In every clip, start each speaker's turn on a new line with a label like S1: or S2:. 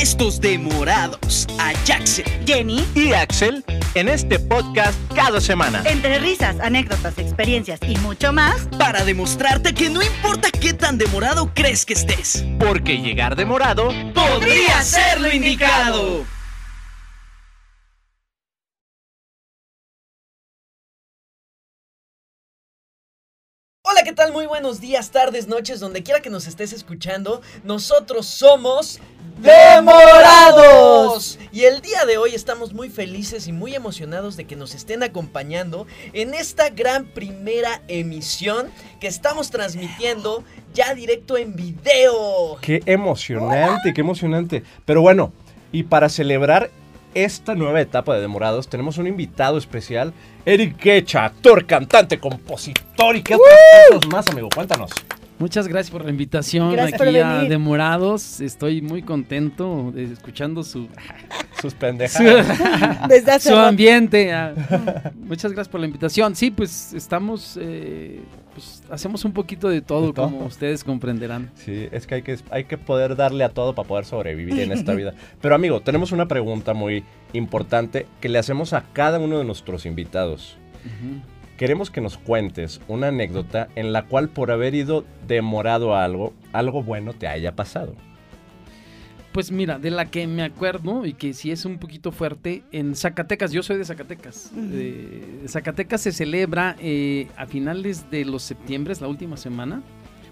S1: Estos demorados. A Jackson.
S2: Jenny,
S3: y Axel en este podcast cada semana.
S1: Eh,
S2: entre risas, anécdotas, experiencias y mucho más,
S1: Para demostrarte que no importa qué tan demorado crees que estés.
S3: Porque llegar demorado
S1: Podría ser lo indicado.
S4: Hola, ¿qué tal? Muy buenos días, tardes, noches, donde quiera que nos estés escuchando. Nosotros somos Demorados. Y el día de hoy estamos muy felices y muy emocionados de que nos estén acompañando en esta gran primera emisión que estamos transmitiendo ya directo en video.
S5: Qué emocionante, qué emocionante. Pero bueno, y para celebrar esta nueva etapa de Demorados, tenemos un invitado especial, Eric Quecha, actor, cantante, compositor y qué otras cosas más, amigo. Cuéntanos.
S6: Muchas gracias por la invitación
S2: Gracias por
S6: aquí a
S2: venir.
S6: Demorados. Estoy muy contento eh, escuchando su,
S5: Sus
S6: su,
S5: pendejadas.
S2: desde hace
S6: su
S2: rato.
S6: ambiente. ah. Muchas gracias por la invitación. Sí, pues estamos, eh, pues, hacemos un poquito de todo,
S5: De todo.
S6: como ustedes comprenderán.
S5: Sí, es que hay, que hay que poder darle a todo para poder sobrevivir en esta vida. Pero amigo, tenemos una pregunta muy importante que le hacemos a cada uno de nuestros invitados.
S6: Ujú.
S5: Queremos que nos cuentes una anécdota en la cual por haber ido demorado a algo, algo bueno te haya pasado.
S6: Pues mira, de la que me acuerdo y que sí es un poquito fuerte, en Zacatecas, yo soy de Zacatecas.
S2: Ujú.
S6: eh, Zacatecas se celebra eh, a finales de los septiembre, es la última semana.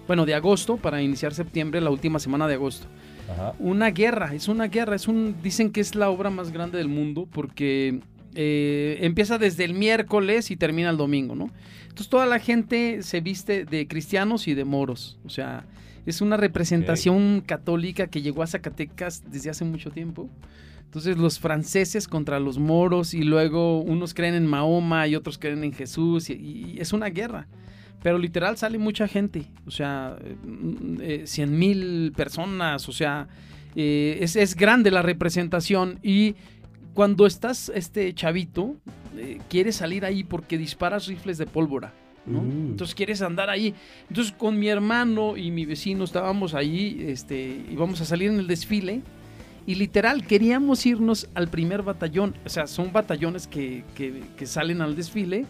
S6: Bueno, de agosto, para iniciar septiembre, la última semana de agosto.
S5: Ajá.
S6: Una guerra, es una guerra, es un, dicen que es la obra más grande del mundo porque eh, empieza desde el miércoles y termina el domingo, ¿no? Entonces toda la gente se viste de cristianos y de moros, o sea, es una representación católica que llegó a Zacatecas desde hace mucho tiempo. Entonces los franceses contra los moros y luego unos creen en Mahoma y otros creen en Jesús y, y es una guerra. Pero literal sale mucha gente, o sea, eh, mm, cien mil personas, o sea, eh, es, es grande la representación y cuando estás este chavito, eh, quieres salir ahí porque disparas rifles de pólvora. ¿no? Entonces quieres andar ahí. Entonces con mi hermano y mi vecino estábamos ahí, este, íbamos a salir en el desfile y literal queríamos irnos al primer batallón. O sea, son batallones que, que- que salen al desfile.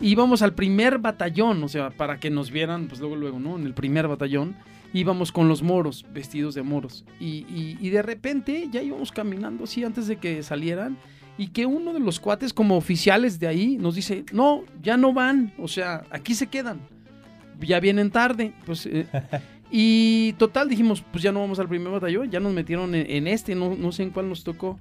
S6: Íbamos al primer batallón, o sea, para que nos vieran, pues luego, luego, ¿no? En el primer batallón íbamos con los moros, vestidos de moros. Y, y- y de repente ya íbamos caminando así antes de que salieran. Y que uno de los cuates, como oficiales de ahí, nos dice: No, ya no van, o sea, aquí se quedan. Ya vienen tarde. Pues, eh, y total, dijimos: Pues ya no vamos al primer batallón, ya nos metieron en, en este, no, no sé en cuál nos tocó.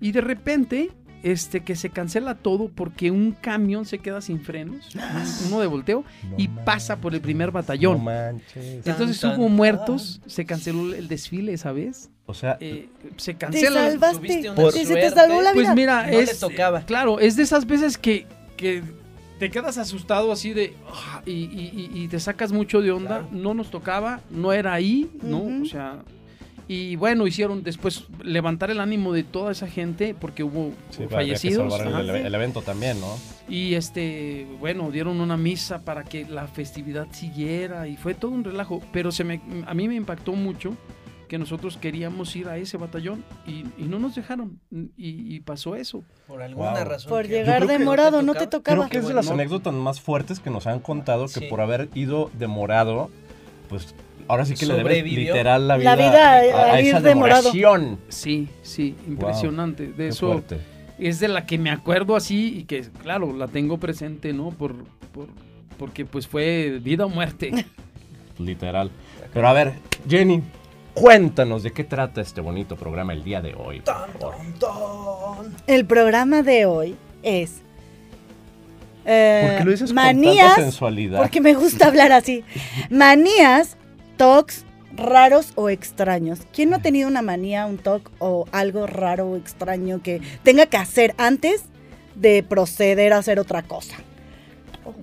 S6: Y de repente. Este que se cancela todo porque un camión se queda sin frenos, un- uno de volteo, y pasa por el primer batallón.
S5: No manches.
S4: Tan,
S6: Entonces
S4: tan, Ah.
S6: hubo
S4: tan.
S6: muertos, se canceló el desfile esa vez,
S5: O sea,
S6: eh, se
S2: Te
S6: cancela. el-
S2: salvaste.
S4: Tuviste una
S2: Por- Sí, se te salvó la vida.
S6: Pues mira,
S4: No le
S6: es
S4: tocaba.
S6: claro, es de esas veces que, que te quedas asustado así de "Ah", y, y- y- y te sacas mucho de onda. No nos tocaba, no era ahí, no,
S2: Ujú.
S6: o sea. Y bueno, hicieron después levantar el ánimo de toda esa gente porque hubo
S5: sí, había que
S6: fallecidos.
S5: salvar
S6: ajá.
S5: el, el evento también, ¿no?
S6: Y este, bueno, dieron una misa para que la festividad siguiera y fue todo un relajo. Pero se me, a mí me impactó mucho que nosotros queríamos ir a ese batallón y, y no nos dejaron. Y, y pasó eso.
S4: Por alguna
S5: Wow.
S4: razón.
S2: Por
S4: que-
S2: llegar
S5: Yo creo que
S2: demorado, no te
S4: tocaba.
S2: tocaba.
S5: Creo que es de
S4: bueno,
S5: las
S4: ¿no?
S5: anécdotas más fuertes que nos han contado que
S4: Sí.
S5: por haber ido demorado, pues ahora sí que le debes
S4: Sobrevivió.
S5: literal la
S2: La
S5: vida,
S2: vida a- a ir
S5: esa
S2: demorado.
S5: demoración.
S6: Sí, sí, impresionante. De
S5: Qué
S6: eso
S5: fuerte.
S6: es de la que me acuerdo así y que, claro, la tengo presente, ¿no? Por, por, porque pues fue vida o muerte.
S5: Literal. Pero a ver, Jenny, cuéntanos de qué trata este bonito programa el día de hoy. por
S4: Tan,
S5: favor.
S4: tan, tan.
S2: El programa de hoy es.
S5: ¿Por
S2: eh,
S5: qué lo dices con tanta
S2: manías.
S5: sensualidad?
S2: Porque me gusta hablar así. Manías, tocs raros o extraños. ¿Quién no ha tenido una manía, un toc o algo raro o extraño que tenga que hacer antes de proceder a hacer otra cosa?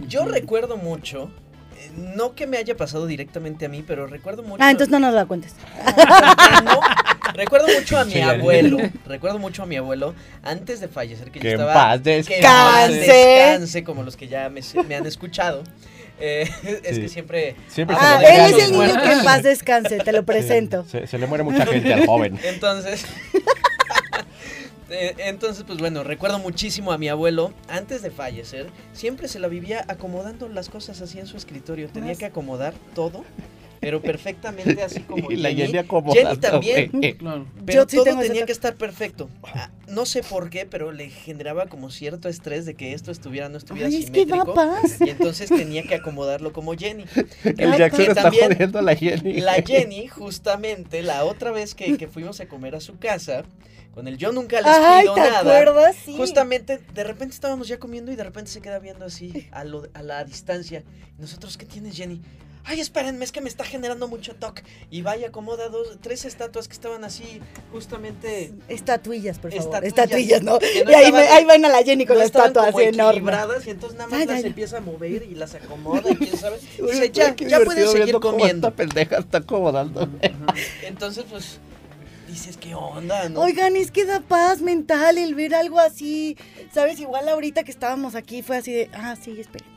S4: Yo recuerdo mucho, eh, no que me haya pasado directamente a mí, pero recuerdo mucho.
S2: Ah, entonces no nos la cuentes.
S4: No, recuerdo mucho a mi
S5: Sí, ya.
S4: abuelo. Recuerdo mucho a mi abuelo antes de fallecer que,
S5: que
S4: yo
S5: en
S4: estaba
S5: paz
S4: que en paz
S5: descanse.
S2: Descanse.
S4: descanse, como los que ya me, se- me han escuchado. Eh, es
S5: Sí.
S4: que siempre...
S5: Siempre
S2: Ah,
S5: se le
S2: él es el
S5: muere a los
S2: niño que
S5: muertos.
S2: en paz descanse, te lo presento.
S5: Sí, Se, se le muere mucha gente al joven.
S4: Entonces. Eh, Entonces, pues bueno, recuerdo muchísimo a mi abuelo, antes de fallecer, siempre se la vivía acomodando las cosas así en su escritorio, tenía que acomodar todo, pero perfectamente así como...
S5: Y la
S4: Jenny.
S5: Jenny acomodando,
S4: Jenny también,
S5: güey.
S6: Claro.
S4: pero
S2: Yo sí
S4: todo
S2: tengo ese
S4: tenía
S2: toque.
S4: que estar perfecto. Ah, No sé por qué, pero le generaba como cierto estrés de que esto estuviera, no estuviera
S2: Ay, es que va
S4: simétrico.
S2: paz.
S4: y entonces tenía que acomodarlo como Jenny.
S5: El Jackson
S4: Que
S5: está
S4: también-
S5: jodiendo a la Jenny.
S4: la
S5: güey.
S4: Jenny, justamente, la otra vez que, que fuimos a comer a su casa, con el yo nunca les
S2: Ay,
S4: pido
S2: ¿te
S4: nada.
S2: acuerdas? Sí.
S4: Justamente, de repente estábamos ya comiendo y de repente se queda viendo así a, lo- a la distancia. Nosotros, ¿qué tienes, Jenny? Ay, espérenme, es que me está generando mucho toque. Y vaya, acomoda dos, tres estatuas que estaban así, justamente.
S2: Estatuillas, por favor.
S4: Estatuillas.
S2: Estatuillas, ¿no?
S4: Que no
S2: y ahí,
S4: estaban-
S2: me- ahí van a la Jenny con
S4: no
S2: la
S4: estaban
S2: estatua
S4: como
S2: así enorme.
S4: equilibradas, Y entonces nada más
S2: Ay,
S4: las
S2: ay.
S4: empieza a mover y las acomoda y quién sabe. Y
S5: Uy,
S4: dice, ya,
S5: qué
S4: ya pueden
S5: divertido
S4: seguir
S5: viendo cómo
S4: comiendo.
S5: Esta pendeja está acomodando. güey.
S4: Entonces, pues, dices, ¿qué onda? No?
S2: Oigan, es que da paz mental el ver algo así. ¿Sabes? Igual ahorita que estábamos aquí fue así de, ah, sí, espérenme.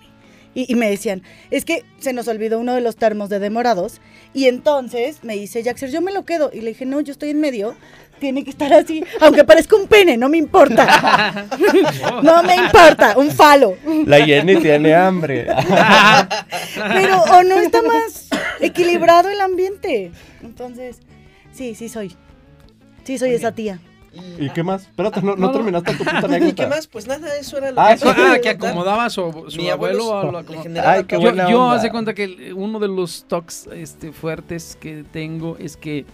S2: Y, y me decían, es que se nos olvidó uno de los termos de demorados. Y entonces me dice Jaxer, yo me lo quedo. Y le dije, no, yo estoy en medio. Tiene que estar así, aunque parezca un pene, no me importa. no me importa, un falo.
S5: La Jenny tiene hambre.
S2: Pero o no está más equilibrado el ambiente. Entonces, sí, sí soy. Sí soy esa tía.
S5: ¿Y qué más? Espérate, no, no terminaste tu puta anécdota.
S4: ¿Y qué más? Pues nada, eso era lo
S5: Ah,
S4: que...
S5: eso-
S6: Ah, que
S4: contar.
S6: acomodaba a su, su
S4: Mi
S6: abuelo.
S4: abuelo
S6: a lo
S4: le
S6: acomodaba.
S4: generaba
S5: Ay, qué
S4: todo.
S6: yo,
S5: buena
S6: yo
S5: onda.
S6: hace cuenta que el- uno de los tocs este, fuertes que tengo es que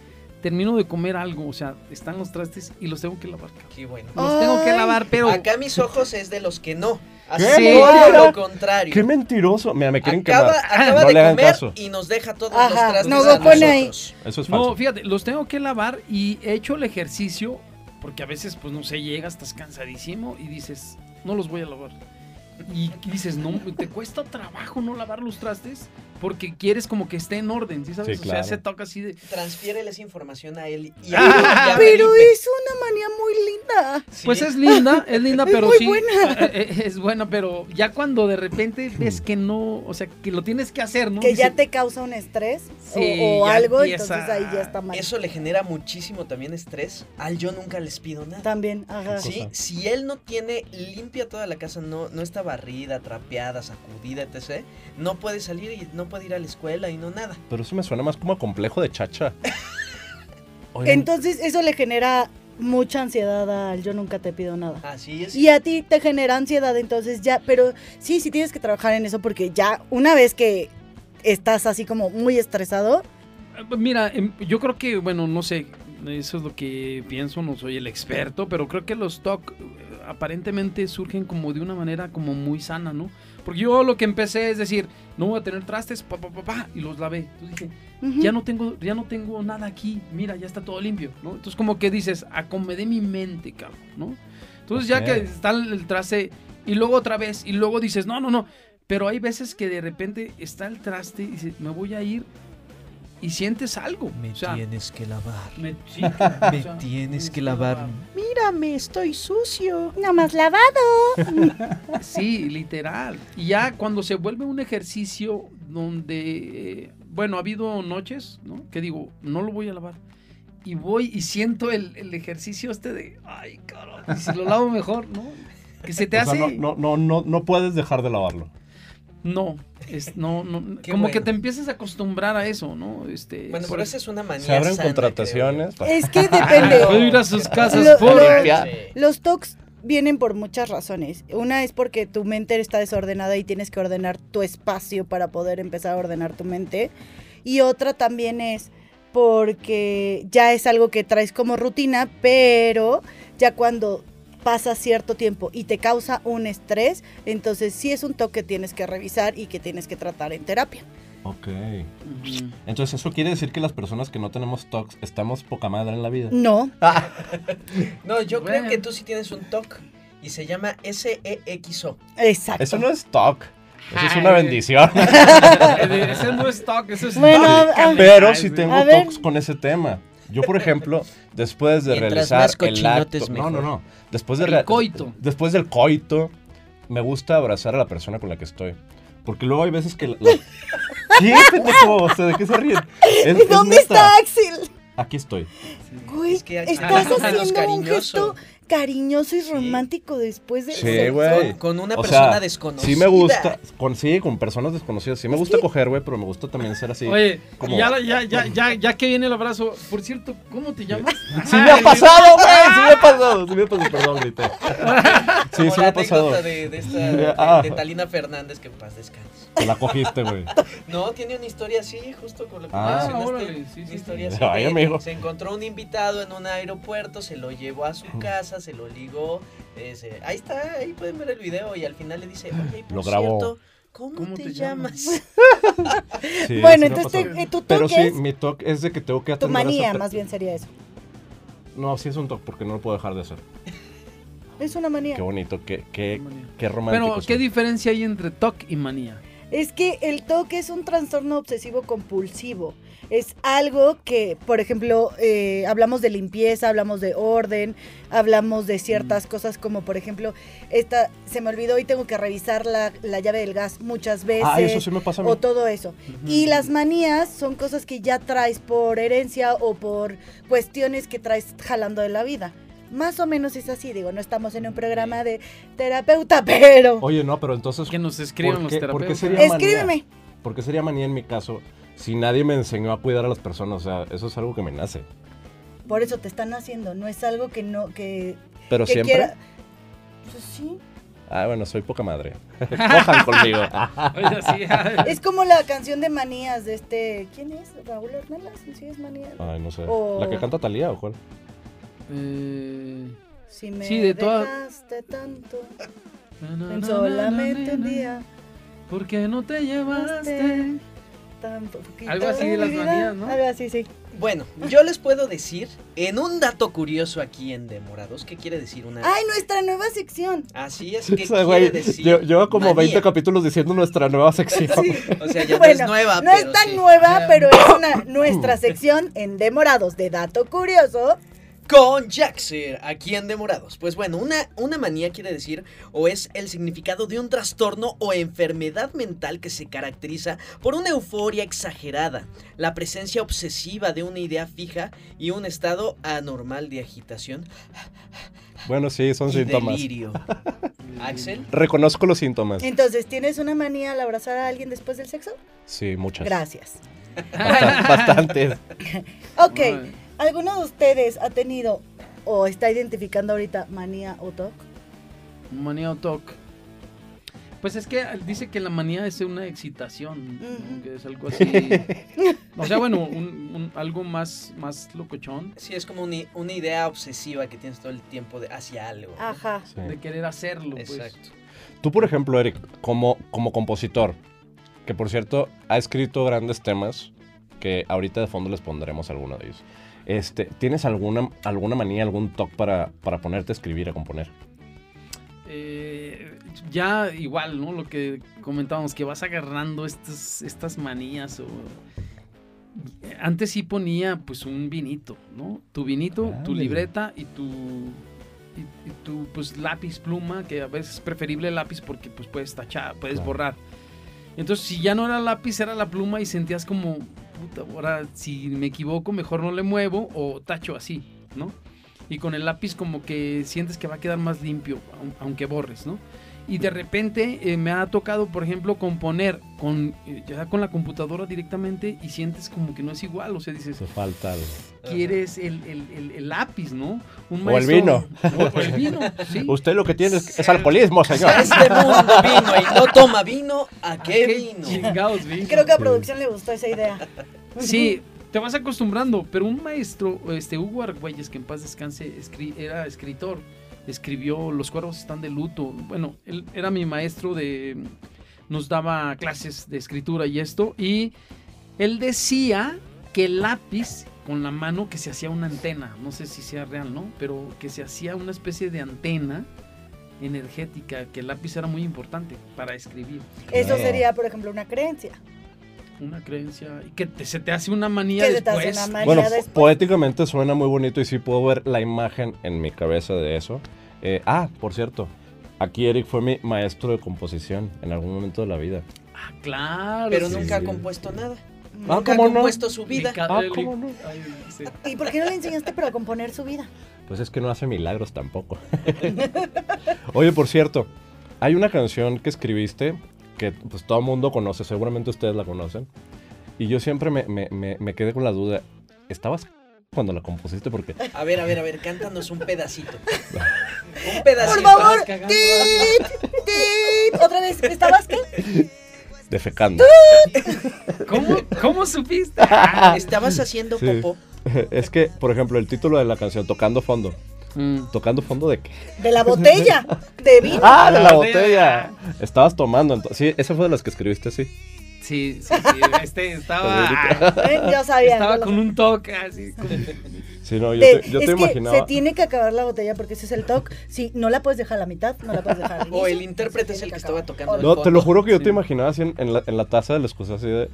S6: termino de comer algo, o sea, están los trastes y los tengo que lavar. cabrón.
S4: Qué bueno.
S6: Los tengo que
S2: Ay.
S6: lavar, pero
S4: Acá mis ojos es de los que no.
S5: ¿Qué?
S4: Así
S6: Sí.
S4: todo lo
S5: Ahora,
S4: contrario.
S5: ¡Qué mentiroso! Mira, me quieren
S4: acaba
S5: quemar.
S4: acaba
S5: No
S4: de
S5: le hagan
S4: comer
S5: caso.
S4: y nos deja todos los
S2: Ajá,
S4: trastes
S2: nos
S4: a
S2: lo pone ahí.
S4: nosotros.
S5: Eso es falso.
S6: no, fíjate, los tengo que lavar y he hecho el ejercicio porque a veces pues no sé, llegas, estás cansadísimo y dices, no los voy a lavar. Y dices, no, te cuesta trabajo no lavar los trastes porque quieres como que esté en orden, ¿sí sabes?
S5: Sí,
S6: O sea,
S5: claro.
S6: ese toca así de...
S4: Transfiéreles información a él y a,
S6: Ah,
S4: y a
S2: Pero
S4: Felipe.
S2: es una manía muy linda.
S4: Sí.
S6: Pues es linda, es linda,
S2: Es
S6: pero
S2: muy
S6: sí.
S2: buena.
S6: eh, eh, Es buena, pero ya cuando de repente ves que no, o sea, que lo tienes que hacer, ¿no?
S2: Que ya
S6: Dice,
S2: te causa un estrés o-
S6: Sí,
S2: o,
S6: ya
S2: algo,
S6: empieza-
S2: entonces ahí ya está mal.
S4: Eso le genera muchísimo también estrés. Al yo nunca les pido nada.
S2: También, ajá.
S5: Sí.
S4: Sí,
S5: cosa.
S4: si él no tiene limpia toda la casa, no, no está barrida, trapeada, sacudida, etc., no puede salir y no puede ir a la escuela y no nada.
S5: Pero eso me suena más como a complejo de chacha. Oigan,
S2: Entonces eso le genera mucha ansiedad al yo nunca te pido nada.
S4: Así es.
S2: Y a ti te genera ansiedad, entonces ya, pero sí, sí tienes que trabajar en eso porque ya una vez que estás así como muy estresado,
S6: Mira, em, yo creo que, bueno, no sé, eso es lo que pienso, no soy el experto, pero creo que los TOC eh, aparentemente surgen como de una manera como muy sana, ¿no? Porque yo lo que empecé es decir, no voy a tener trastes, pa, pa, pa, pa, y los lavé. Entonces dije,
S2: ujú,
S6: ya no tengo, ya no tengo nada aquí, mira, ya está todo limpio, ¿no? Entonces como que dices, acomodé mi mente, cabrón, ¿no? Entonces ya
S5: Ok.
S6: que está el, el traste y luego otra vez y luego dices, no, no, no, pero hay veces que de repente está el traste y dices, me voy a ir y sientes algo, o sea,
S4: tienes que lavar.
S6: me, sí, cabrón, o sea,
S4: Mírame, estoy sucio.
S2: nada más lavado.
S6: Sí, literal. Y ya cuando se vuelve un ejercicio donde, eh, bueno, ha habido noches, ¿no? Que digo, no lo voy a lavar. Y voy y siento el, el ejercicio este de, ay, carajo, y si lo lavo mejor, ¿no? Que se te
S5: o sea,
S6: hace...
S5: no, no, no, no, no puedes dejar de lavarlo.
S6: No, es, no, no,
S4: Qué
S6: como que
S4: bueno.
S6: te empiezas a acostumbrar a eso, ¿no? Este,
S4: Bueno,
S6: por
S4: pero esa
S6: eso-
S4: es una manía.
S5: Se abren
S4: sana,
S5: contrataciones. pues. para-
S2: Es que
S6: Ah, puedo
S2: depende.
S6: ir a sus casas
S2: Lo-
S6: por...
S2: lo-
S4: creo yo.
S5: Ya.
S4: Sí.
S2: Los TOCs vienen por muchas razones. Una es porque tu mente está desordenada y tienes que ordenar tu espacio para poder empezar a ordenar tu mente. Y otra también es porque ya es algo que traes como rutina, pero ya cuando pasa cierto tiempo y te causa un estrés, entonces sí es un toque que tienes que revisar y que tienes que tratar en terapia.
S5: Ok.
S6: Ujú.
S5: Entonces, ¿eso quiere decir que las personas que no tenemos tox estamos poca madre en la vida?
S2: No,
S4: No, yo
S6: Bueno.
S4: creo que tú sí tienes un TOC y se llama E SEXO.
S2: exacto.
S5: Eso no es toc. Eso es
S6: Ay.
S5: una bendición.
S6: ese no es talk, ese es...
S2: Bueno,
S6: talk.
S2: a- a-
S5: Pero sí
S6: Ay,
S5: tengo
S2: A ver.
S5: tox con ese tema. Yo, por ejemplo, después de
S4: Mientras
S5: realizar
S4: más
S5: el
S4: cochinotes,
S5: acto... No,
S4: mejor.
S5: no, no. Después de
S6: El
S5: rea-
S6: coito.
S5: Después del coito, me gusta abrazar a la persona con la que estoy. Porque luego hay veces que... la- la- ¿Qué, pendejo? O sea, ¿de qué se ríen? Es- es
S2: ¿Dónde
S5: neta.
S2: está Axel?
S5: Aquí estoy.
S2: Güey,
S4: Es que hay-
S2: estás
S6: hay-
S4: hay los
S2: haciendo un
S4: cariñoso.
S2: gesto cariñoso y romántico después de
S5: Sí,
S4: Con,
S5: güey.
S4: con una
S5: O
S4: persona
S5: sea,
S4: desconocida.
S5: Sí me gusta, con, sí, con personas desconocidas. Sí me gusta coger, güey, pero me gusta también ser así.
S6: Oye,
S5: como-
S6: ya, la- ya, ya, ya, ya que viene el abrazo, por cierto, ¿cómo te llamas? Ah,
S5: Sí me ha pasado, güey, sí me ha pasado, sí me ha pasado, perdón, grité. Sí,
S4: Como
S5: sí me
S4: la
S5: ha pasado.
S4: anécdota de, de esta- de-
S5: Ah.
S4: de Talina Fernández, que en paz descanse.
S5: Te la cogiste, güey.
S4: No, tiene una historia así, justo con lo que
S5: Ah.
S4: mencionaste.
S6: Ah, órale, sí,
S4: una
S6: sí,
S4: historia
S5: sí.
S4: así.
S5: Ay,
S4: de-
S5: amigo.
S4: Se encontró un invitado en un aeropuerto, se lo llevó a su casa, se lo ligó. eh, se- ahí está, ahí pueden ver el video. Y al final le dice, oye, y por
S5: Lo grabó.
S4: cierto, ¿cómo,
S6: ¿Cómo
S4: te,
S6: te
S4: llamas?
S5: Sí, sí
S2: bueno,
S5: me ha
S2: entonces
S5: pasado.
S2: te- eh, tu
S5: Pero
S2: toque
S5: sí,
S2: es
S5: mi toque es de que tengo que
S2: tu
S5: atender. a esa
S2: manía,
S5: per-
S2: más bien sería eso.
S5: No, sí es un toque porque no lo puedo dejar de hacer.
S2: Es una manía.
S5: Qué bonito, qué, qué,
S6: Manía.
S5: qué Eh, romántico.
S6: Pero, ¿qué
S5: soy.
S6: diferencia hay entre TOC y manía?
S2: Es que el toque es un trastorno obsesivo compulsivo. Es algo que, por ejemplo, eh, hablamos de limpieza, hablamos de orden, hablamos de
S5: Mm.
S2: ciertas cosas como, por ejemplo, esta se me olvidó y tengo que revisar la, la llave del gas muchas veces.
S5: Ah, eso sí me pasa a mí.
S2: o todo eso. Y las manías son cosas que ya traes por herencia o por cuestiones que traes jalando de la vida. Más o menos es así, digo, no estamos en un programa de terapeuta, pero...
S5: Oye, no, pero entonces,
S6: Que nos escriban
S5: ¿por
S6: los
S5: qué, por qué
S6: terapeutas.
S5: sería manía?
S2: Escríbeme.
S5: ¿Por qué sería manía en mi caso si nadie me enseñó a cuidar a las personas? O sea, eso es algo que me nace.
S2: Por eso te están haciendo, no es algo que no, que,
S5: Pero
S2: que
S5: siempre...
S2: quiera- Pues sí.
S5: Ah, bueno, soy poca madre. Cojan conmigo. Ah.
S6: Oye, sí.
S2: Es como la canción de manías de este. ¿Quién es? Raúl Hernández, sí es manía.
S5: Ay, no sé.
S2: O-
S5: ¿La que canta Talía o cuál?
S6: Eh,
S2: Si me
S6: Sí, de todas-
S2: dejaste tanto
S6: na, na,
S2: en
S6: na,
S2: solamente
S6: na,
S2: un
S6: na,
S2: día.
S6: ¿Por qué no te llevaste?
S2: Este, tan poquito
S6: Algo así de las
S2: vida.
S6: manías, ¿no?
S2: Algo así, sí.
S4: Bueno, yo les puedo decir, en un dato curioso aquí en Demorados, ¿qué quiere decir una...
S2: Ay, nuestra nueva sección.
S4: Así es, ¿qué
S5: O sea,
S4: quiere
S5: güey,
S4: decir?
S5: lle- lleva como
S4: manía?
S5: 20 capítulos diciendo nuestra nueva sección.
S4: O sea, ya no
S2: Bueno,
S4: es nueva,
S2: No
S4: Ah, pero
S2: es tan
S4: sí.
S2: nueva,
S6: Ya.
S2: pero es una nuestra sección en Demorados de Dato Curioso.
S4: Con Jaxer, aquí en Demorados. Pues bueno, una, una manía quiere decir o es el significado de un trastorno o enfermedad mental que se caracteriza por una euforia exagerada, la presencia obsesiva de una idea fija y un estado anormal de agitación
S5: Bueno, sí, son
S4: y
S5: síntomas.
S4: delirio. Axel,
S5: Reconozco los síntomas.
S2: Entonces, ¿tienes una manía al abrazar a alguien después del sexo?
S5: Sí, muchas.
S2: Gracias.
S5: Bastan- bastantes.
S2: Ok,
S6: Ay.
S2: ¿alguno de ustedes ha tenido o está identificando ahorita manía o TOC?
S6: Manía o TOC. Pues es que dice que la manía es una excitación, ¿no?
S2: Ujú.
S6: que es algo así. o sea, bueno, un- un- algo más, más locochón
S4: sí es como una, una idea obsesiva que tienes todo el tiempo de- hacia algo. ¿no?
S2: Ajá.
S5: Sí.
S6: de querer hacerlo, pues.
S4: Exacto.
S5: Tú, por ejemplo, Eric, como, como compositor, que por cierto ha escrito grandes temas, que ahorita de fondo les pondremos alguno de ellos. Este, ¿Tienes alguna, alguna manía, algún toque para, para ponerte a escribir, a componer?
S6: Eh, ya igual, ¿no? Lo que comentábamos, que vas agarrando estas, estas manías o... Antes sí ponía pues un vinito, ¿no? Tu vinito, tu
S5: Ándale.
S6: libreta y tu... Y, y tu pues lápiz pluma, que a veces es preferible el lápiz porque pues puedes tachar, puedes
S5: Claro.
S6: borrar. Entonces si ya no era lápiz, era la pluma y sentías como, puta, ahora si me equivoco mejor no le muevo o tacho así, ¿no? y con el lápiz como que sientes que va a quedar más limpio, aun- aunque borres, ¿no? Y de repente eh, me ha tocado, por ejemplo, componer con, eh, ya con la computadora directamente y sientes como que no es igual, o sea, dices,
S5: Te falta algo.
S6: quieres el, el- el- el lápiz, ¿no? Un
S5: O el vino.
S6: O, o el vino, sí.
S5: Usted lo que tiene es, es alcoholismo, señor.
S4: A este mundo vino y no toma vino, ¿a
S6: ¿A
S4: qué vino?
S6: Ah, chingados vino?
S2: Creo que a
S5: Sí.
S2: producción le gustó esa idea.
S6: Sí, Pues, te vas acostumbrando, pero un maestro, este Hugo Argüelles, que en paz descanse, escri- era escritor, escribió Los cuervos están de luto. Bueno, él era mi maestro de nos daba clases de escritura y esto y él decía que el lápiz con la mano que se hacía una antena, no sé si sea real, ¿no? Pero que se hacía una especie de antena energética, que el lápiz era muy importante para escribir.
S2: Eso
S5: Claro.
S2: sería, por ejemplo, una creencia.
S6: Una creencia y que te- se te hace una manía
S2: Que se te hace
S6: después.
S2: una manía
S5: Bueno, po-
S2: después.
S5: poéticamente suena muy bonito y sí puedo ver la imagen en mi cabeza de eso. Eh, ah, por cierto, aquí Eric fue mi maestro de composición en algún momento de la vida.
S6: Ah, claro.
S4: pero
S6: sí,
S4: nunca ha
S6: sí.
S4: compuesto nada.
S5: Ah,
S4: Nunca ha
S5: ¿cómo no?
S4: compuesto su vida.
S6: Mi ca-
S5: Ah,
S6: el-
S5: ¿cómo no?
S6: Ay, sí.
S2: ¿Y por qué no le enseñaste para componer su vida?
S5: Pues es que no hace milagros tampoco. Oye, por cierto, hay una canción que escribiste que pues todo el mundo conoce, seguramente ustedes la conocen. Y yo siempre me, me- me- me quedé con la duda, ¿estabas cuando la compusiste? Porque
S4: A ver, a ver, a ver, cántanos un pedacito. un pedacito.
S2: Por favor,
S6: cagando.
S2: tit, tit. Otra vez, ¿estabas qué?
S5: defecando.
S6: ¿Cómo, ¿Cómo supiste? Ah,
S4: Estabas haciendo
S5: Sí.
S4: popó.
S5: es que, por ejemplo, el título de la canción, Tocando Fondo.
S6: Mm.
S5: ¿Tocando fondo de qué?
S2: De la botella de vino.
S5: ¡Ah, de la
S6: Ah,
S5: botella! Estabas tomando, entonces. Sí, esa fue de las que escribiste, sí.
S6: Sí, sí, sí. Este estaba. ah,
S2: Ven, Yo Eh, sabía.
S6: estaba
S2: yo lo
S6: con un toque así. como-
S5: Sí, no, yo
S2: De-
S5: te, yo
S2: es
S5: te
S2: que se
S5: imaginaba.
S2: tiene que acabar la botella porque ese es el toque. Si no la puedes dejar a la mitad, no la puedes dejar. al inicio,
S4: O el intérprete es el que estaba tocando. el
S5: No, te lo
S4: fondo.
S5: juro que yo te
S6: Sí.
S5: imaginaba así en, en la, en la taza de la excusa así de.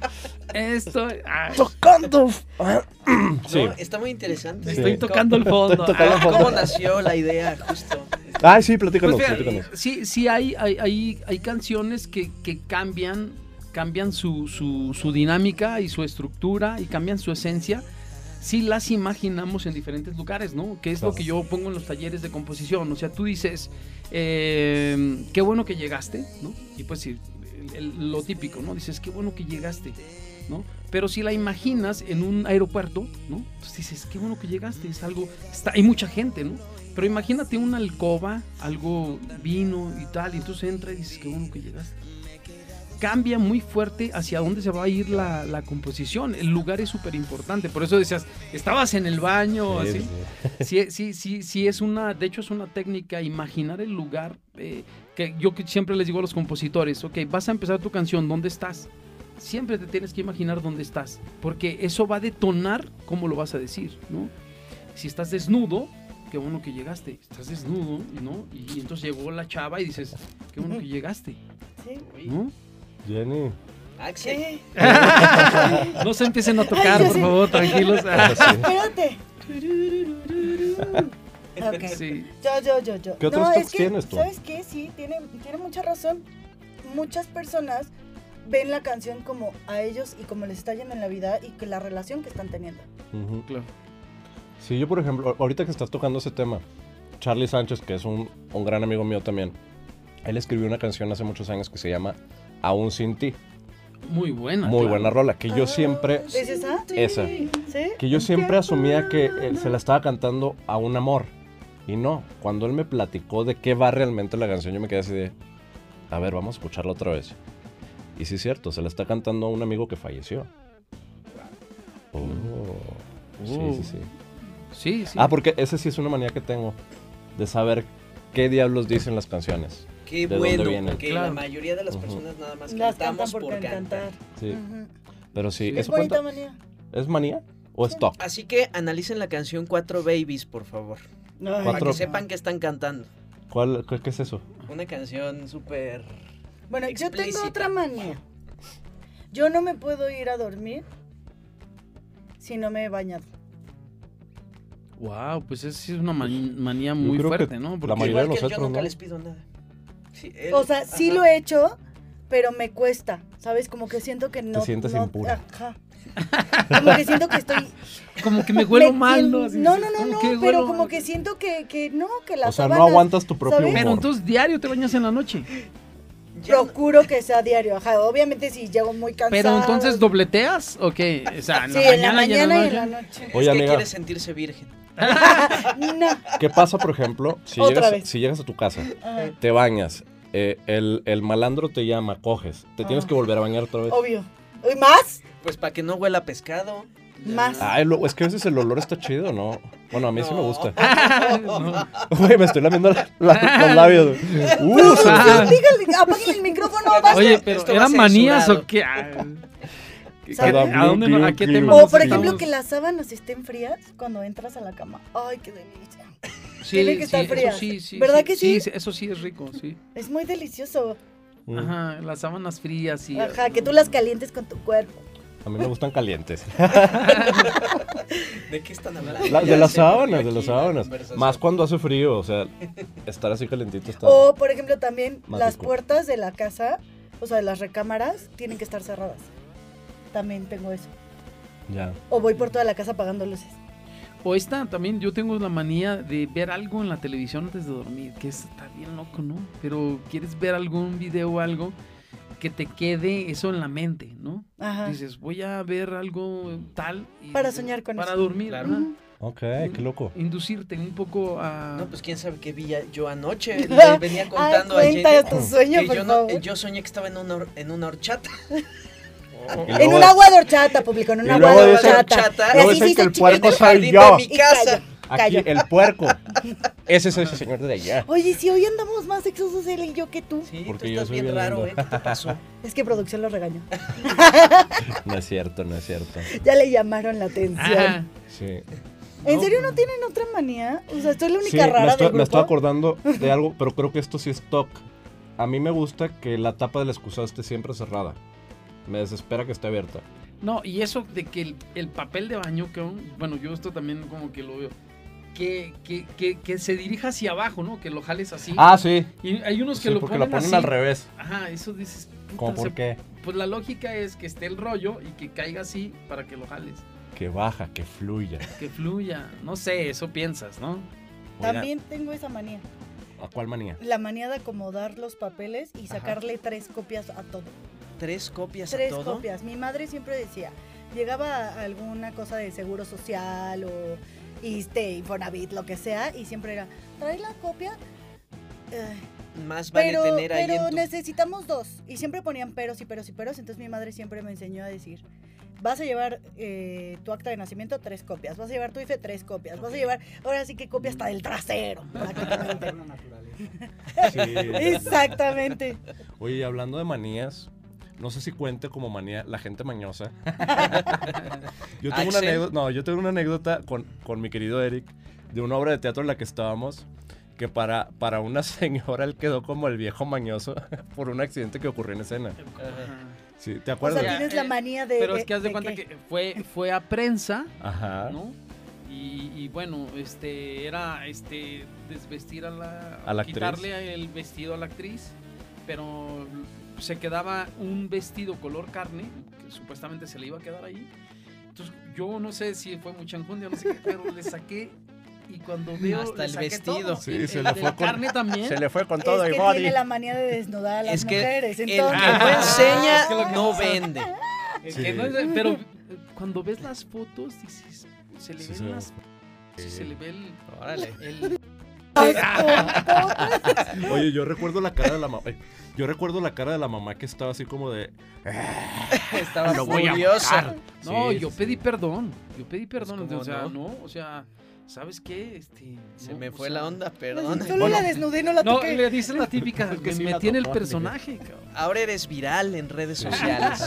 S6: Esto. ah,
S5: ¡Tocando! Sí.
S4: No, está muy interesante.
S6: estoy
S5: Sí.
S6: tocando el fondo.
S5: Estoy tocando el
S6: Ah,
S5: fondo.
S4: ¿Cómo nació la idea? Justo.
S5: Ay, sí, platícanos,
S6: Pues fíjate,
S5: platícanos.
S6: sí, sí hay, hay, hay, hay canciones que, que cambian, cambian su, su, su dinámica y su estructura y cambian su esencia. Si las imaginamos en diferentes lugares, ¿no? Que es lo
S5: Claro.
S6: que yo pongo en los talleres de composición. O sea, tú dices, eh, qué bueno que llegaste, ¿no? Y pues sí, el- el- lo típico, ¿no? Dices, qué bueno que llegaste, ¿no? Pero si la imaginas en un aeropuerto, ¿no? Pues dices, qué bueno que llegaste, es algo, está, hay mucha gente, ¿no? Pero imagínate una alcoba, algo vino y tal, y entonces entra y dices, qué bueno que llegaste. Cambia muy fuerte hacia dónde se va a ir la, la composición. El lugar es súper importante. Por eso decías, estabas en el baño,
S5: Sí,
S6: así.
S5: sí, sí.
S6: Sí, eh, sí, sí, sí es una, de hecho es una técnica, imaginar el lugar, eh, que yo que siempre les digo a los compositores, ok, vas a empezar tu canción, ¿dónde estás? Siempre te tienes que imaginar dónde estás, porque eso va a detonar cómo lo vas a decir, ¿no? Si estás desnudo, qué bueno que llegaste, estás desnudo, ¿no? Y, entonces llegó la chava y dices, qué bueno que llegaste,
S2: Sí.
S6: ¿no?
S5: Jenny.
S4: Axel.
S6: No se empiecen a tocar,
S2: Ay, yo
S6: por
S2: sí.
S6: favor, tranquilos.
S5: pues
S2: Espérate. Ok.
S6: Sí.
S2: Yo, yo, yo, yo.
S5: ¿Qué otros
S2: es
S5: toques
S2: que,
S5: tienes tú?
S2: ¿Sabes qué? Sí, tiene, tiene mucha razón. Muchas personas ven la canción como a ellos y como les está yendo en la vida y que la relación que están teniendo.
S5: Ujú.
S6: Claro.
S5: Sí, yo por ejemplo, ahorita que estás tocando ese tema, Charlie Sánchez, que es un, un gran amigo mío también, él escribió una canción hace muchos años que se llama Aún sin ti.
S6: Muy buena.
S5: Muy
S6: Ah, claro.
S5: buena rola, que
S2: Ah,
S5: yo siempre...
S2: ¿Es esa?
S5: Esa.
S2: ¿Sí?
S5: Que yo siempre asumía que eh, se la estaba cantando a un amor. Y no, cuando él me platicó de qué va realmente la canción, yo me quedé así de, a ver, vamos a escucharla otra vez. Y sí es cierto, se la está cantando a un amigo que falleció. Oh. Sí, sí, sí.
S6: Sí, sí.
S5: Ah, porque esa sí es una manía que tengo, de saber qué diablos dicen las canciones.
S4: Qué
S5: dónde viene?
S4: bueno, porque la
S6: Claro.
S4: mayoría de las
S5: Ujú.
S4: personas nada más
S2: Las cantan
S4: cantamos por
S2: por
S4: cantar.
S2: cantar.
S5: Sí.
S2: Ujú.
S5: Mm. Pero sí,
S6: Sí.
S2: Es
S5: ¿eso
S2: bonita
S5: cuenta?
S2: manía.
S5: ¿Es manía o es toc?
S4: Así que analicen la canción Cuatro Babies, por favor.
S2: Ay,
S4: Para
S5: Cuatro-
S4: que sepan que están cantando.
S5: ¿Cuál, qué, qué es eso?
S4: Una canción súper.
S2: Bueno, yo
S4: Explícita.
S2: tengo otra manía. Yo no me puedo ir a dormir si no me he bañado.
S6: Wow, pues es, sí es una mani- manía muy
S5: creo que
S6: fuerte, ¿no? Porque
S5: la mayoría-
S4: Igual
S5: de
S4: que yo
S5: nosotros,
S4: nunca
S5: ¿no?
S4: les pido nada. Sí, él-
S2: O sea, sí
S4: ajá.
S2: lo he hecho, pero me cuesta, ¿sabes? Como que siento que no.
S5: sientes
S2: no-
S5: impura.
S2: Ajá. Como que siento que estoy.
S6: como que me huelo
S2: me-
S6: mal, ¿no? Así
S2: No, no,
S6: dices,
S2: no,
S6: ¿cómo
S2: no,
S6: que
S2: pero
S6: huelo?
S2: como que siento que, que no, que la
S5: O sea, no
S2: sábanas-
S5: aguantas tu propio
S2: ¿sabes?
S6: Pero
S5: humor.
S6: entonces diario te bañas en la noche.
S4: Ya no-
S2: Procuro que sea diario, ajá. Obviamente si llego muy cansada.
S6: Pero entonces dobleteas o qué? O sea, en
S2: Sí,
S6: la
S2: en la
S6: mañana, y en la
S2: mañana y en
S6: noche.
S2: la noche.
S5: Oye,
S4: es que
S5: amiga.
S4: quiere sentirse virgen.
S2: No.
S5: ¿Qué pasa, por ejemplo, si,
S2: Otra
S5: llegas,
S2: vez.
S5: si llegas a tu casa,
S2: Ajá.
S5: te bañas, eh, el, el malandro te llama, coges, te tienes
S2: Ah.
S5: que volver a bañar otra vez?
S2: Obvio. ¿Y más?
S4: Pues para que no huela a pescado.
S2: Más.
S5: Ay, lo- es que a veces el olor está chido, ¿no? Bueno, a mí sí me
S4: No.
S5: gusta.
S6: No.
S5: Güey, me estoy lamiendo la- la- los labios. Uh, se-
S6: Ah.
S2: Dígale, apaguen el micrófono, basta.
S6: Oye, pero
S4: Esto va
S6: ¿eran manías
S4: censurado.
S6: o qué? Ah, ¿qué-
S2: ¿Sabe?
S6: qué- ¿A dónde no- a qué tema
S2: O
S6: nos
S2: por
S6: estamos?
S2: ejemplo que las sábanas estén frías cuando entras a la cama. Ay, qué delicia.
S6: Sí,
S2: tienen que estar
S6: sí, eso
S2: frías.
S6: sí, sí,
S2: ¿Verdad que sí?
S6: Eso sí es rico, sí.
S2: Es muy delicioso.
S5: Mm,
S6: Ajá, las sábanas frías y
S2: Ajá, que tú las calientes con tu cuerpo.
S5: A mí me gustan calientes.
S4: ¿De qué están hablando?
S5: La- de
S4: Ya
S5: las
S4: se perdió
S5: sábanas, de
S4: aquí
S5: las
S4: la
S5: sábanas.
S4: conversación.
S5: Más cuando hace frío, o sea, estar así calentito está...
S2: O por ejemplo también
S5: Más
S2: las
S5: rico.
S2: puertas de la casa o sea, las recámaras tienen que estar cerradas. También tengo eso.
S5: Ya.
S2: O voy por toda la casa apagando luces.
S6: O esta también, yo tengo la manía de ver algo en la televisión antes de dormir, que es- está bien loco, ¿no? Pero quieres ver algún video o algo que te quede eso en la mente, ¿no?
S2: Ajá.
S6: Dices, voy a ver algo tal. y-
S2: Ah. Para soñar con
S6: Para
S2: eso.
S6: dormir,
S4: Claro.
S6: ajá.
S5: Ok, qué loco.
S6: Inducirte un poco a...
S4: No, pues quién sabe qué vi a- yo anoche. Le venía contando
S2: Ay,
S4: a
S2: Ah, cuenta
S4: Jenny
S2: tu sueño,
S4: que
S2: por
S4: yo, no- eh,
S2: favor.
S4: yo soñé que estaba en una, hor- en una horchata.
S5: Y
S2: En
S5: luego-
S2: un agua de horchata, público, en un
S5: y
S2: agua
S5: luego
S2: de
S5: dicen-
S2: horchata.
S4: y
S5: luego
S4: así
S5: dicen
S2: se
S5: que el
S2: hizo
S5: puerco
S4: chiquitito.
S5: soy
S4: Jardín de
S5: yo.
S4: mi
S2: Y
S4: casa.
S5: Aquí,
S2: cayó.
S5: el puerco. Ese es ese señor de allá.
S2: Oye, si hoy andamos más sexosos él y yo que tú.
S4: Sí,
S5: Porque
S4: tú
S5: yo
S4: estás
S5: soy
S4: bien
S5: bien
S4: raro, ¿eh?
S5: lindo.
S4: ¿Qué te pasó?
S2: Es que producción lo regañó.
S5: No es cierto, no es cierto.
S2: Ya le llamaron la atención.
S6: Ah,
S5: Sí.
S2: ¿En
S6: No.
S2: serio no tienen otra manía? O sea, estoy la única
S5: Sí, me
S2: rara
S5: estoy,
S2: del
S5: me estoy
S2: grupo.
S5: acordando de algo, pero creo que esto sí es TOC. A mí me gusta que la tapa del excusado esté siempre cerrada. Me desespera que esté abierta.
S6: No, y eso de que el, el papel de baño, cabrón, bueno, yo esto también como que lo veo, que, que, que, que se dirija hacia abajo, ¿no? Que lo jales así.
S5: Ah, sí.
S6: y hay unos que
S5: Sí,
S6: lo
S5: porque
S6: ponen,
S5: lo ponen
S6: así.
S5: al revés.
S6: Ajá, eso dices. puta,
S5: Como
S6: se-
S5: por qué?
S6: Pues la lógica es que esté el rollo y que caiga así para que lo jales,
S5: Que baja, que fluya.
S6: que fluya. No sé, eso piensas, ¿no?
S2: También tengo esa manía.
S5: ¿A cuál manía?
S2: La manía de acomodar los papeles y
S6: Ajá.
S2: sacarle tres copias a todo.
S4: ¿Tres copias
S2: Tres
S4: a todo?
S2: copias. Mi madre siempre decía, llegaba a alguna cosa de seguro social o este, Infonavit, lo que sea, y siempre era, trae la copia. Ay,
S4: Más vale
S2: pero
S4: tener ahí
S2: pero
S4: en tu-
S2: necesitamos dos. Y siempre ponían peros y peros y peros. Entonces mi madre siempre me enseñó a decir, vas a llevar eh, tu acta de nacimiento, tres copias. Vas a llevar tu IFE, tres copias. Vas a llevar, ahora sí que copia hasta del trasero. prácticamente. Exactamente.
S5: Oye, hablando de manías, no sé si cuente como manía la gente mañosa. yo, tengo una
S4: Axel.
S5: anécdota, no, yo tengo una anécdota con, con mi querido Eric de una obra de teatro en la que estábamos que para, para una señora él quedó como el viejo mañoso por un accidente que ocurrió en escena.
S6: Ajá.
S5: Sí, ¿te
S2: O sea,
S5: acuerdas?
S6: Ya,
S2: tienes
S6: eh,
S2: la manía de...
S6: Pero es que haz de
S2: eh, de
S6: cuenta que fue, fue a prensa,
S5: Ajá.
S6: ¿no? Y, y bueno, este era este desvestir a la,
S5: A la actriz.
S6: quitarle el vestido a la actriz, pero se quedaba un vestido color carne que supuestamente se le iba a quedar ahí. Entonces yo no sé si fue mucha enjundia, no sé qué, pero le saqué y cuando veo
S4: Hasta
S6: le
S4: el
S6: saqué
S4: vestido.
S6: todo.
S5: Sí,
S6: El-
S5: se
S6: el
S5: le
S6: de
S5: fue
S6: la
S5: con-
S6: carne también.
S5: Se le fue con
S2: ¿eh? Es
S5: todo
S2: que
S5: el body.
S2: tiene la manía de desnudar a las
S4: Es que
S2: mujeres.
S4: el que
S2: entonces,
S4: no
S6: Ah,
S4: enseña
S6: es que lo que
S4: no
S6: pasa.
S4: vende.
S6: Eh,
S5: Sí.
S6: que no es- pero cuando ves las fotos dices, se le
S5: Sí, se
S6: ven
S5: ve.
S6: las sí, se le ve el,
S4: Órale.
S6: el-
S5: Oye, yo recuerdo la cara de la mamá. Yo recuerdo la cara de la mamá que estaba así como de.
S4: Estaba
S5: Lo voy a
S4: furiosa.
S6: No,
S5: Sí,
S6: yo
S5: sí,
S6: pedí
S5: sí.
S6: perdón. Yo pedí perdón.
S4: como,
S6: o sea,
S4: ¿no?
S6: no? o sea, ¿sabes qué? Este,
S4: Se
S6: no,
S4: me
S6: o
S4: fue
S6: sea,
S4: la onda,
S2: Pues,
S4: perdón.
S2: Solo la desnudé, no la
S6: No,
S2: toqué.
S6: le dicen la típica,
S5: Es que
S6: me
S5: sí la
S6: metí en el
S5: tocó, le dije.
S6: personaje, cabrón.
S4: Ahora eres viral en redes
S5: Sí.
S4: sociales.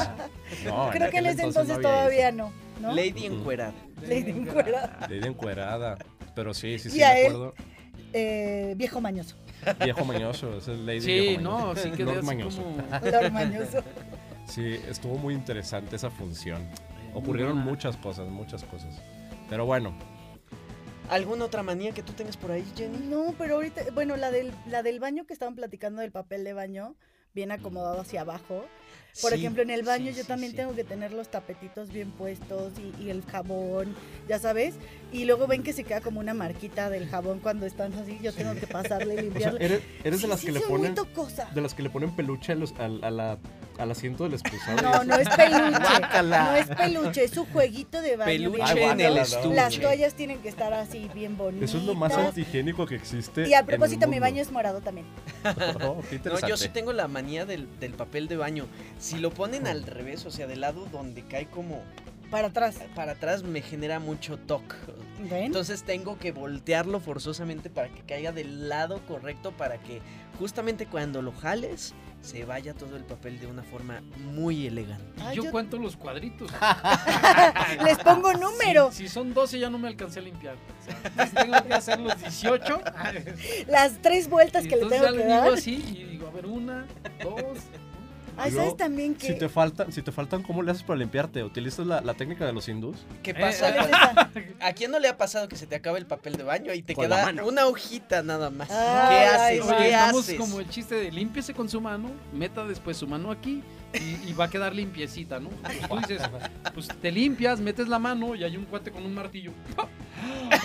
S5: No,
S2: Creo que en ese entonces
S5: no había
S2: todavía no. ¿no?
S4: Lady
S5: Ujú.
S4: encuerada.
S2: Lady encuerada.
S5: eso. Lady encuerada. Pero sí, sí,
S2: Y
S5: sí,
S2: a
S5: me
S2: él.
S5: acuerdo.
S2: Eh, viejo mañoso.
S5: Viejo mañoso, ese es Lady
S6: Sí,
S5: viejo mañoso.
S6: no, sí quedé
S5: Lord
S6: así
S5: mañoso.
S6: como...
S2: Lord mañoso.
S5: Sí, estuvo muy interesante esa función. Ocurrieron
S6: buena.
S5: muchas cosas, muchas cosas. Pero bueno,
S4: ¿Alguna otra manía que tú tengas por ahí, Jenny?
S2: No, pero ahorita, bueno, la del, la del baño que estaban platicando del papel de baño,
S5: Mm.
S2: bien acomodado hacia abajo. Por
S4: Sí,
S2: ejemplo, en el baño
S4: sí,
S2: yo
S4: sí,
S2: también
S4: sí.
S2: tengo que tener los tapetitos bien puestos y, y el jabón, ya sabes. Y luego ven que se queda como una marquita del jabón cuando están así, yo tengo que pasarle,
S5: o sea,
S2: limpiarle.
S5: eres, eres
S2: Sí,
S5: de las
S2: sí,
S5: que le
S2: soy muy
S5: ponen
S2: tocosa.
S5: de las que le ponen peluche a los- al, a la- al asiento del expulsado.
S2: No, no es peluche.
S5: Guácala.
S2: No es peluche, es un juguito de baño. bien
S4: Peluche
S5: Ay,
S4: en el
S5: guácala, no.
S4: estuche.
S2: Las toallas tienen que estar así bien bonitas.
S5: Eso es lo más antihigiénico que existe.
S2: Y a
S5: en el
S2: propósito, mi
S5: mundo.
S2: baño es morado también.
S5: Oh,
S4: No, yo
S5: qué
S4: sí
S5: interesante.
S4: tengo la manía del, del papel de baño. Si lo ponen al revés, o sea, del lado donde cae como
S2: Para atrás.
S4: para atrás, me genera mucho toque.
S2: ¿Ven?
S4: Entonces tengo que voltearlo forzosamente para que caiga del lado correcto para que justamente cuando lo jales se vaya todo el papel de una forma muy elegante.
S6: Y
S2: Ay,
S6: yo
S2: yo-
S6: cuento los cuadritos.
S2: Les pongo número.
S6: Si, si son 12 ya no me alcancé a limpiar. O sea, tengo que hacer los 18.
S2: Las tres vueltas
S6: y
S2: que le
S6: entonces
S2: tengo
S6: ya
S2: que
S6: le digo
S2: dar.
S6: así y digo, a ver, una, dos.
S2: Ah, Ay,
S5: Y
S2: ¿sabes
S5: luego,
S2: también que
S5: Si te, faltan, si te faltan, ¿cómo le haces para limpiarte? ¿Utilizas la, la técnica de los hindús?
S4: ¿Qué
S6: Eh,
S4: pasa?
S6: eh,
S2: ¿Cuál es esa?
S4: ¿A quién no le ha pasado que se te acaba el papel de baño y te
S5: Con la
S4: queda
S5: mano.
S4: una hojita nada más?
S2: Ay,
S4: ¿Qué haces?
S2: va.
S6: Oye,
S4: ¿Qué
S6: estamos
S4: haces?
S6: como el chiste de límpiese con su mano, meta después su mano aquí y, y va a quedar limpiecita, ¿no? Pues tú dices, pues te limpias, metes la mano y hay un cuate con un martillo.
S2: O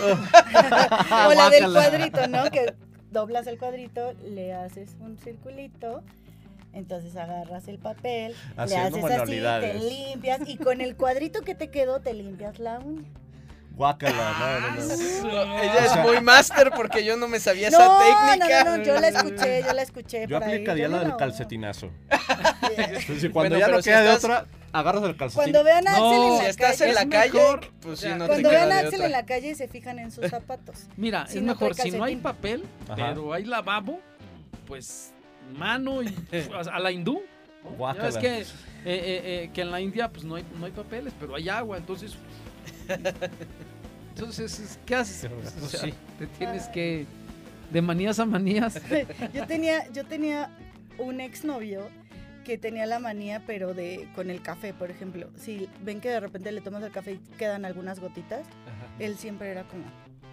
S2: la del
S5: Guácala.
S2: cuadrito, ¿no? Que doblas el cuadrito, le haces un circulito, entonces agarras el papel, le haces así,
S5: Haciendo
S2: te
S5: manualidades.
S2: limpias y con el cuadrito que te quedó te limpias la uña.
S5: Guácala, no, no, no.
S2: Ah,
S4: Ella es muy máster porque yo no me sabía
S2: No,
S4: esa
S2: no,
S4: técnica.
S2: no, no, yo la escuché, yo la escuché.
S5: Yo
S2: por ahí,
S5: aplicaría
S2: yo
S5: la
S2: no
S5: del
S2: hago.
S5: calcetinazo.
S2: Yeah.
S5: Sí,
S4: Bueno,
S5: cuando ya
S4: pero
S5: no
S4: si
S5: queda
S4: estás-
S5: de otra, agarras el calcetín.
S2: Cuando vean a Axel
S6: No,
S2: en
S4: Si
S2: la
S4: estás
S2: calle,
S4: en la
S6: Es
S4: calle,
S6: mejor.
S4: pues
S6: O
S4: sí,
S6: sea,
S4: no te
S2: cuando
S4: queda
S2: vean
S4: de
S2: a Axel
S4: otra.
S2: en la calle se fijan en sus zapatos.
S6: Mira,
S2: Sí,
S6: es
S2: no trae
S6: mejor, si no hay
S2: calcetín.
S6: papel,
S5: Ajá.
S6: pero hay lavabo, pues mano y pues, a la hindú. ¿no? Ya ves
S5: Guácala.
S6: que, eh, eh, eh, que en la India pues no hay, no hay papeles, pero hay agua, entonces... Entonces, es- ¿qué haces? Pues, o sea,
S5: Sí.
S6: te tienes que... De manías a manías.
S2: Yo tenía, yo tenía un exnovio que tenía la manía, pero de con el café, por ejemplo. Si ven que de repente le tomas el café y quedan algunas gotitas, él siempre era como.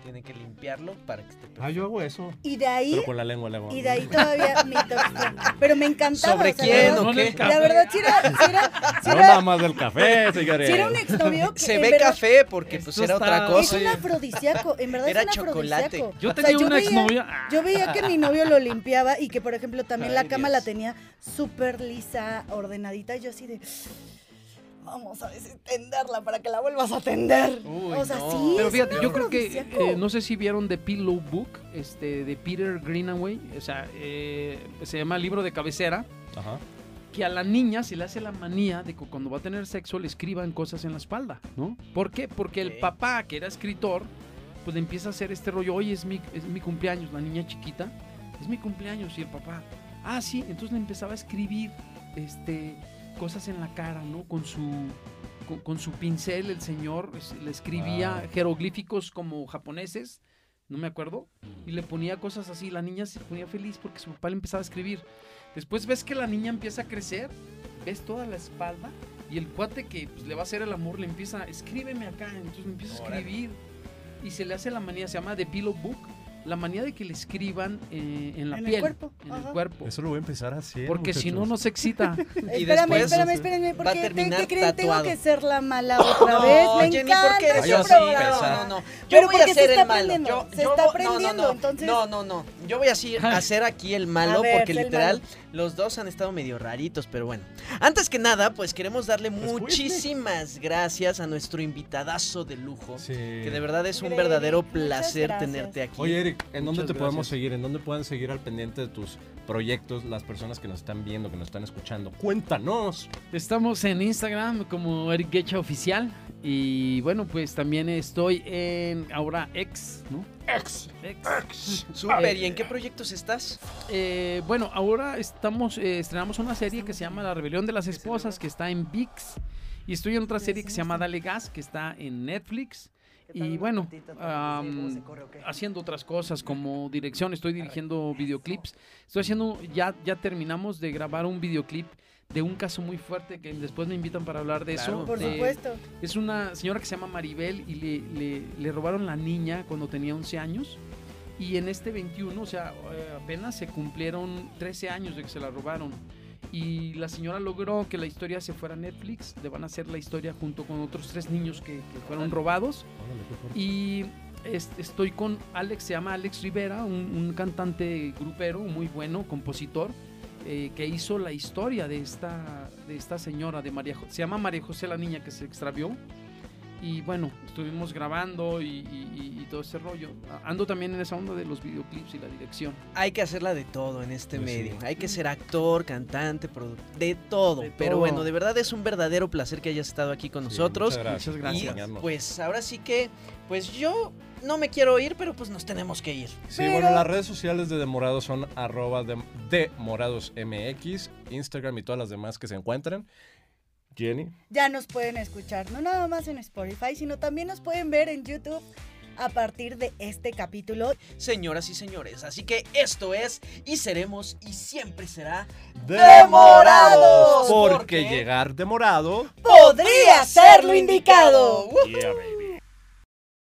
S4: Tiene que limpiarlo para que esté
S5: Ah, yo hago eso.
S2: Y de ahí,
S5: Pero con la lengua, la lengua.
S2: y de ahí todavía mi tox- Pero me encantaba.
S4: ¿Sobre
S2: o sea,
S4: quién
S2: La
S4: o
S2: verdad,
S6: en el
S4: qué?
S6: café.
S2: la verdad, sí era, sí era, sí
S5: Ah, No
S2: era-
S5: nada más del café, señores.
S2: sí era un exnovio que
S4: Se
S2: en
S4: ve
S2: verdad-
S4: café porque pues
S6: Esto
S4: era otra
S6: está-
S2: Es
S4: cosa.
S2: un afrodisíaco, en verdad
S4: Era
S2: es un
S4: chocolate.
S2: afrodisíaco.
S6: Yo
S2: O sea,
S6: tenía una
S2: veía-
S6: exnovia. Ah,
S2: Yo veía que mi novio lo limpiaba y que, por ejemplo, también la
S4: Ay,
S2: cama
S4: Dios.
S2: la tenía súper lisa, ordenadita. Y yo así de, vamos a desentenderla para que la vuelvas a tender.
S4: Uy,
S2: o sea,
S4: no.
S2: sí.
S6: Pero
S2: es
S6: fíjate,
S2: un
S6: yo creo que
S2: afrodisíaco.
S6: eh, no sé si vieron The Pillow Book, este, de Peter Greenaway, o sea, eh, se llama libro de cabecera,
S5: Ajá.
S6: que a la niña se le hace la manía de que cuando va a tener sexo le escriban cosas en la espalda, ¿no? ¿Por qué? Porque el
S4: Ok.
S6: papá, que era escritor, pues le empieza a hacer este rollo, oye, es mi, es mi cumpleaños, la niña chiquita, es mi cumpleaños, y el papá, ah, sí, entonces le empezaba a escribir, este, cosas en la cara, ¿no? Con su, con, con su pincel el señor es- le escribía
S5: Wow.
S6: jeroglíficos como japoneses, no me acuerdo, y le ponía cosas así. La niña se ponía feliz porque su papá le empezaba a escribir. Después ves que la niña empieza a crecer, ves toda la espalda y el cuate que pues, le va a hacer el amor le empieza, escríbeme acá, entonces me empieza a
S4: Órale.
S6: escribir. Y se le hace la manía, se llama The Pillow Book, la manía de que le escriban eh, en la
S2: En el
S6: piel,
S2: cuerpo,
S6: en
S2: ajá.
S6: el cuerpo.
S5: Eso lo voy a empezar a hacer.
S6: Porque si no, nos excita.
S4: Y
S2: espérame,
S4: después,
S2: espérame, espérame,
S4: va a
S2: porque te,
S4: terminar
S2: ¿qué creen? Tengo
S4: tatuado.
S2: que ser la mala otra vez. Me
S4: Jenny,
S2: encanta
S4: ¿por qué eres
S2: este
S5: Yo
S4: así?
S2: programa.
S4: No, no, no. Yo
S2: Pero
S4: voy a
S2: porque se
S4: hacer
S2: está
S4: el malo.
S2: aprendiendo,
S4: Yo,
S2: se
S4: yo
S2: está
S4: vo-
S2: aprendiendo,
S4: no, no, no.
S2: entonces-
S4: No, no, no. Yo voy a así- a hacer aquí el malo
S2: A ver,
S4: porque
S2: sé el
S4: literal
S2: malo.
S4: los dos han estado medio raritos, pero bueno. Antes que nada, pues queremos darle
S5: fuiste.
S4: muchísimas gracias a nuestro invitadazo de lujo.
S5: Sí.
S4: Que de verdad es un
S2: Greg,
S4: verdadero
S2: muchas
S4: placer
S2: gracias.
S4: tenerte aquí.
S5: Oye, Eric, ¿en dónde
S6: Muchas
S5: te podemos
S6: gracias.
S5: seguir? ¿En dónde pueden seguir al pendiente de tus proyectos las personas que nos están viendo, que nos están escuchando? ¡Cuéntanos!
S6: Estamos en Instagram como Eric Gecha Oficial. Y bueno, pues también estoy en ahora ex, ¿no? Ex.
S5: eh,
S4: Súper, ¿y en qué proyectos estás?
S6: Eh, bueno, ahora estamos, eh, estrenamos una serie que se llama La Rebelión de las Esposas, que está en VIX. Y estoy en otra serie que se llama Dale Gas, que está en Netflix. Y bueno, am, haciendo otras cosas como dirección, estoy dirigiendo videoclips. Estoy haciendo, ya, ya terminamos de grabar un videoclip de un caso muy fuerte que después me invitan para hablar de eso.
S4: Claro,
S2: Por
S6: de-
S2: supuesto.
S6: es una señora que se llama Maribel y le, le- le robaron la niña cuando tenía 11 años. Y en este 21, o sea, eh, apenas se cumplieron 13 años de que se la robaron. Y la señora logró que la historia se fuera a Netflix. Le van a hacer la historia junto con otros tres niños que, que fueron robados. Y es- estoy con Alex, se llama Alex Rivera, un, un cantante grupero muy bueno, compositor, eh, que hizo la historia de esta, de esta señora, de María, Jo- se llama María José la niña que se extravió. Y bueno, estuvimos grabando y, y- y- y todo ese rollo. A- Ando también en esa onda de los videoclips y la dirección.
S4: Hay que hacerla de todo en este
S5: Pues sí.
S4: medio. Hay que ser actor, cantante, productor, de todo.
S6: De
S4: Pero
S6: todo.
S4: bueno, de verdad es un verdadero placer que hayas estado aquí con nosotros.
S6: Muchas gracias.
S4: Y,
S5: Enseñarnos.
S4: pues ahora sí que, pues yo no me quiero ir, pero pues nos tenemos que ir.
S5: Sí,
S2: Pero-
S5: bueno, las redes sociales de Demorados son arroba de, demoradosmx, Instagram y todas las demás que se encuentren. Jenny.
S2: Ya nos pueden escuchar, no nada más en Spotify, sino también nos pueden ver en YouTube a partir de este capítulo.
S4: señoras y señores. Así que esto es y seremos y siempre será
S5: Demorados.
S4: Demorados,
S5: Porque
S4: porque
S5: llegar demorado
S2: ¡Podría ser lo indicado!
S5: Yeah, baby.